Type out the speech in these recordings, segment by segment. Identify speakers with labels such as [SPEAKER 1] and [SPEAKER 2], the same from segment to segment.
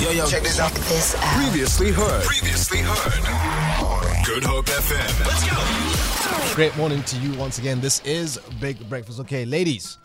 [SPEAKER 1] Yo, yo.
[SPEAKER 2] Check this out.
[SPEAKER 3] This out.
[SPEAKER 1] Previously heard. Previously heard. Good Hope FM. Let's go.
[SPEAKER 4] Great morning to you once again. This is Big Breakfast. Okay, ladies,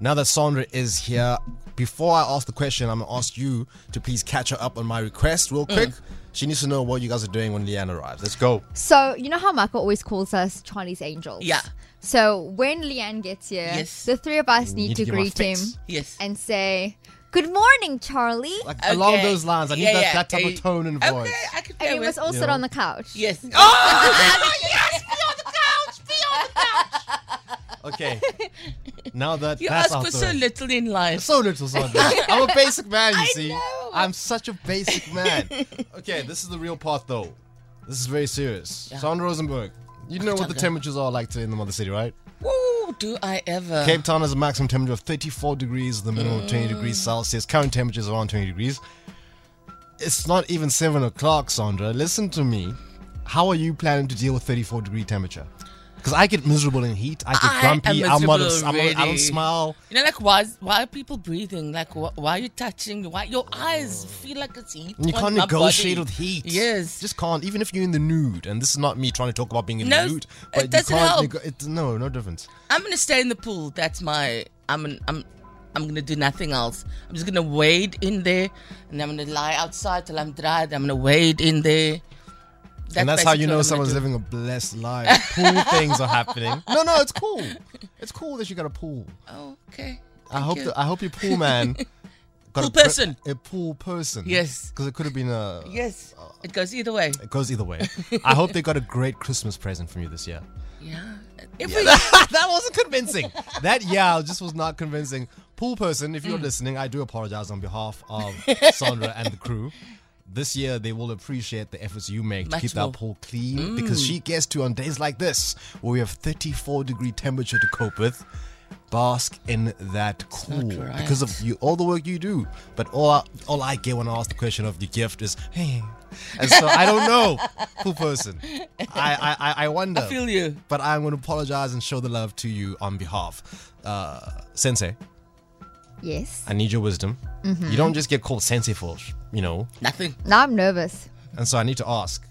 [SPEAKER 4] now that Sandra is here, before I ask the question, I'm going to ask you to please catch her up on my request real
[SPEAKER 5] Mm.
[SPEAKER 4] quick. She needs to know what you guys are doing when Leanne arrives. Let's go.
[SPEAKER 6] So you know how Michael always calls us Chinese angels.
[SPEAKER 5] Yeah.
[SPEAKER 6] So when Leanne gets here,
[SPEAKER 5] Yes.
[SPEAKER 6] the three of us need,
[SPEAKER 4] need
[SPEAKER 6] to,
[SPEAKER 4] to give him a
[SPEAKER 6] greet him
[SPEAKER 4] fix.
[SPEAKER 5] Yes.
[SPEAKER 6] and say, "Good morning, Charlie."
[SPEAKER 4] Like along
[SPEAKER 5] Okay.
[SPEAKER 4] those lines, I need
[SPEAKER 5] Yeah,
[SPEAKER 4] that,
[SPEAKER 5] yeah.
[SPEAKER 4] that type
[SPEAKER 5] Okay.
[SPEAKER 4] of tone and voice.
[SPEAKER 5] Okay, I could
[SPEAKER 6] and
[SPEAKER 5] bear
[SPEAKER 6] we
[SPEAKER 5] with.
[SPEAKER 6] must all sit
[SPEAKER 4] Yeah.
[SPEAKER 6] on the couch.
[SPEAKER 5] Yes. Oh, yes. Be on the couch. Be on the couch.
[SPEAKER 4] Okay. Now that
[SPEAKER 5] You
[SPEAKER 4] that's
[SPEAKER 5] ask
[SPEAKER 4] out
[SPEAKER 5] for
[SPEAKER 4] the
[SPEAKER 5] so
[SPEAKER 4] way.
[SPEAKER 5] little in life.
[SPEAKER 4] so little Sandra. I'm a basic man, you see. I'm such a basic man. Okay, this is the real part though. This is very serious. Sandra Rosenberg, you know what the temperatures are like today in the mother city, right?
[SPEAKER 5] Woo, do I ever?
[SPEAKER 4] Cape Town has a maximum temperature of 34 degrees, the minimum of 20
[SPEAKER 5] Mm.
[SPEAKER 4] degrees Celsius. Current temperature is around 20 degrees. It's not even 7 o'clock, Sandra. Listen to me. How are you planning to deal with 34 degree temperature? Because I get miserable in heat. I get
[SPEAKER 5] I
[SPEAKER 4] grumpy.
[SPEAKER 5] am
[SPEAKER 4] I'm not, a,
[SPEAKER 5] miserable
[SPEAKER 4] I'm not, I don't
[SPEAKER 5] already.
[SPEAKER 4] smile.
[SPEAKER 5] You know, like why? Why are people breathing? Like wh- why are you touching? me? Why your eyes feel like it's heat?
[SPEAKER 4] And Oh. you
[SPEAKER 5] on
[SPEAKER 4] can't
[SPEAKER 5] my
[SPEAKER 4] negotiate
[SPEAKER 5] body.
[SPEAKER 4] with heat.
[SPEAKER 5] Yes.
[SPEAKER 4] Just can't. Even if you're in the nude, and this is not me trying to talk about being in
[SPEAKER 5] No,
[SPEAKER 4] the nude,
[SPEAKER 5] it
[SPEAKER 4] but you
[SPEAKER 5] doesn't
[SPEAKER 4] can't
[SPEAKER 5] help.
[SPEAKER 4] nego- it's- no, no difference.
[SPEAKER 5] I'm gonna stay in the pool. That's my. I'm. An, I'm. I'm gonna do nothing else. I'm just gonna wade in there, and I'm gonna lie outside till I'm dry. Then I'm gonna wade in there. That's
[SPEAKER 4] and that's how
[SPEAKER 5] basically
[SPEAKER 4] you
[SPEAKER 5] what
[SPEAKER 4] know
[SPEAKER 5] I'm
[SPEAKER 4] someone's
[SPEAKER 5] gonna do.
[SPEAKER 4] living a blessed life. pool things are happening. No, no, it's cool. It's cool that you got a pool.
[SPEAKER 5] Oh, okay.
[SPEAKER 4] I hope
[SPEAKER 5] you.
[SPEAKER 4] that I hope your pool man. got
[SPEAKER 5] Pool
[SPEAKER 4] a pre-
[SPEAKER 5] person.
[SPEAKER 4] a pool person.
[SPEAKER 5] Yes.
[SPEAKER 4] Because it could have been a.
[SPEAKER 5] Yes, it goes either way.
[SPEAKER 4] Uh, It goes either way. I hope they got a great Christmas present from you this year.
[SPEAKER 5] Yeah. If
[SPEAKER 4] that wasn't convincing. That yeah just was not convincing. Pool person,
[SPEAKER 5] Mm.
[SPEAKER 4] if you're listening, I do apologize on behalf of Sandra and the crew. This year, they will appreciate the efforts you make
[SPEAKER 5] Much
[SPEAKER 4] to keep
[SPEAKER 5] more. Mm.
[SPEAKER 4] that pool clean because she gets to, on days like this, where we have 34 degree temperature to cope with, bask in that cool
[SPEAKER 5] right.
[SPEAKER 4] because of you, all the work you do. But all I, all I get when I ask the question of the gift is, hey. And so I don't know, pool person. I, I, I- I wonder.
[SPEAKER 5] I feel you.
[SPEAKER 4] But I'm going to apologize and show the love to you on behalf. Uh, sensei,
[SPEAKER 6] Yes.
[SPEAKER 4] I need your wisdom.
[SPEAKER 6] Mm-hmm.
[SPEAKER 4] You don't just get called sensei for, you know.
[SPEAKER 5] nothing.
[SPEAKER 6] Now I'm nervous.
[SPEAKER 4] And so I need to ask,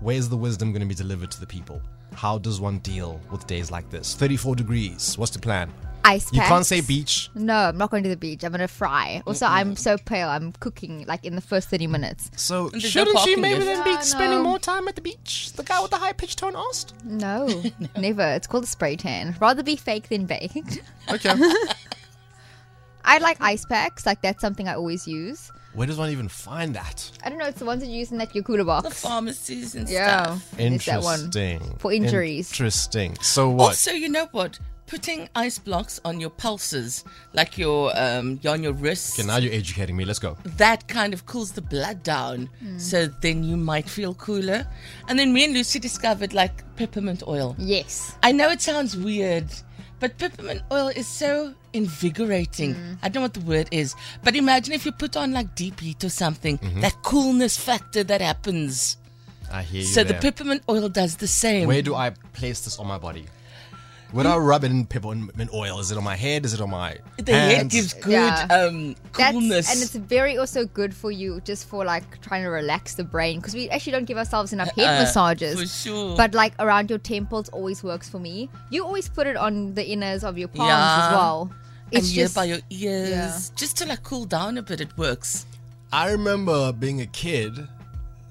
[SPEAKER 4] where's the wisdom going to be delivered to the people? How does one deal with days like this? 34 degrees. What's the plan?
[SPEAKER 6] Ice.
[SPEAKER 4] You can't
[SPEAKER 6] packs.
[SPEAKER 4] say beach.
[SPEAKER 6] No, I'm not going to the beach. I'm going to fry. Also, I'm so pale. I'm cooking like in the first 30 minutes.
[SPEAKER 4] So
[SPEAKER 5] There's no
[SPEAKER 4] shouldn't she
[SPEAKER 5] parking yet.
[SPEAKER 4] maybe then be
[SPEAKER 6] Yeah, I
[SPEAKER 4] spending
[SPEAKER 6] know.
[SPEAKER 4] more time at the beach? The guy with the high pitched tone asked.
[SPEAKER 6] No, never. It's called a spray tan. Rather be fake than baked.
[SPEAKER 4] Okay.
[SPEAKER 6] I like ice packs. Like that's something I always use.
[SPEAKER 4] Where does one even find that?
[SPEAKER 6] I don't know. It's the ones that you use in that Yakula box.
[SPEAKER 5] The pharmacies and
[SPEAKER 6] Yeah,
[SPEAKER 5] stuff.
[SPEAKER 6] there's that one.
[SPEAKER 4] Interesting.
[SPEAKER 6] For injuries.
[SPEAKER 4] Interesting. So what?
[SPEAKER 5] Also, you know what? Putting ice blocks on your pulses, like your um, on your wrists,
[SPEAKER 4] okay, now you're educating me. Let's go.
[SPEAKER 5] that kind of cools the blood down. So then you might feel cooler. And then me and Lucy discovered like peppermint oil.
[SPEAKER 6] Yes.
[SPEAKER 5] I know it sounds weird, but peppermint oil is so invigorating. I don't know what the word is, but imagine if you put on like deep heat or something,
[SPEAKER 4] Mm-hmm.
[SPEAKER 5] that coolness factor that happens.
[SPEAKER 4] I hear you.
[SPEAKER 5] So the
[SPEAKER 4] there.
[SPEAKER 5] peppermint oil does the same.
[SPEAKER 4] Where do I place this on my body? Would I rub it in peppermint oil? Is it on my head? Is it on my
[SPEAKER 5] the head
[SPEAKER 4] hands?
[SPEAKER 5] gives good
[SPEAKER 6] Yeah.
[SPEAKER 5] um,
[SPEAKER 6] That's,
[SPEAKER 5] coolness.
[SPEAKER 6] and it's very also good for you, just for like trying to relax the brain, because we actually don't give ourselves enough head
[SPEAKER 5] Uh,
[SPEAKER 6] massages.
[SPEAKER 5] for sure.
[SPEAKER 6] But like around your temples always works for me. You always put it on the inners of your palms as
[SPEAKER 5] Yeah.
[SPEAKER 6] well.
[SPEAKER 5] and
[SPEAKER 6] It's
[SPEAKER 5] yeah,
[SPEAKER 6] just
[SPEAKER 5] by your ears,
[SPEAKER 6] Yeah.
[SPEAKER 5] just to like cool down a bit. It works.
[SPEAKER 4] I remember being a kid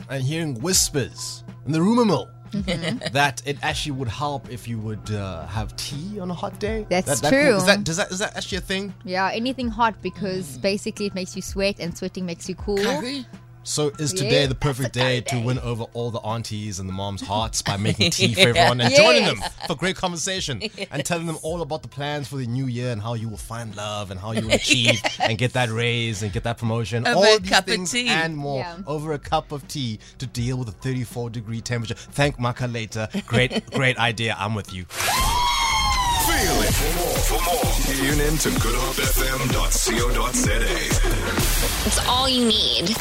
[SPEAKER 4] and hearing whispers in the rumor mill
[SPEAKER 5] Mm-hmm.
[SPEAKER 4] that it actually would help if you would uh, have tea on a hot day.
[SPEAKER 6] That's
[SPEAKER 4] that, that,
[SPEAKER 6] true.
[SPEAKER 4] Is that, does that, is that actually a thing?
[SPEAKER 6] yeah anything hot
[SPEAKER 5] Mm.
[SPEAKER 6] because basically it makes you sweat and sweating makes you cool.
[SPEAKER 5] Curry?
[SPEAKER 4] So is today
[SPEAKER 6] Yeah,
[SPEAKER 4] the perfect day to win over all the aunties and the moms' hearts by making tea for everyone and
[SPEAKER 6] Yes.
[SPEAKER 4] joining them for great conversation and telling them all about the plans for the new year and how you will find love and how you will achieve and get that raise and get that promotion.
[SPEAKER 5] Over
[SPEAKER 4] all
[SPEAKER 5] a
[SPEAKER 4] these
[SPEAKER 5] cup of
[SPEAKER 4] things
[SPEAKER 5] tea.
[SPEAKER 4] and more
[SPEAKER 6] Yeah.
[SPEAKER 4] over a cup of tea to deal with a 34 degree temperature. Thank Maka later. Great, great idea. I'm with you.
[SPEAKER 1] Feel it for more. For more, tune in to goodhopefm.co.za.
[SPEAKER 3] It's all you need.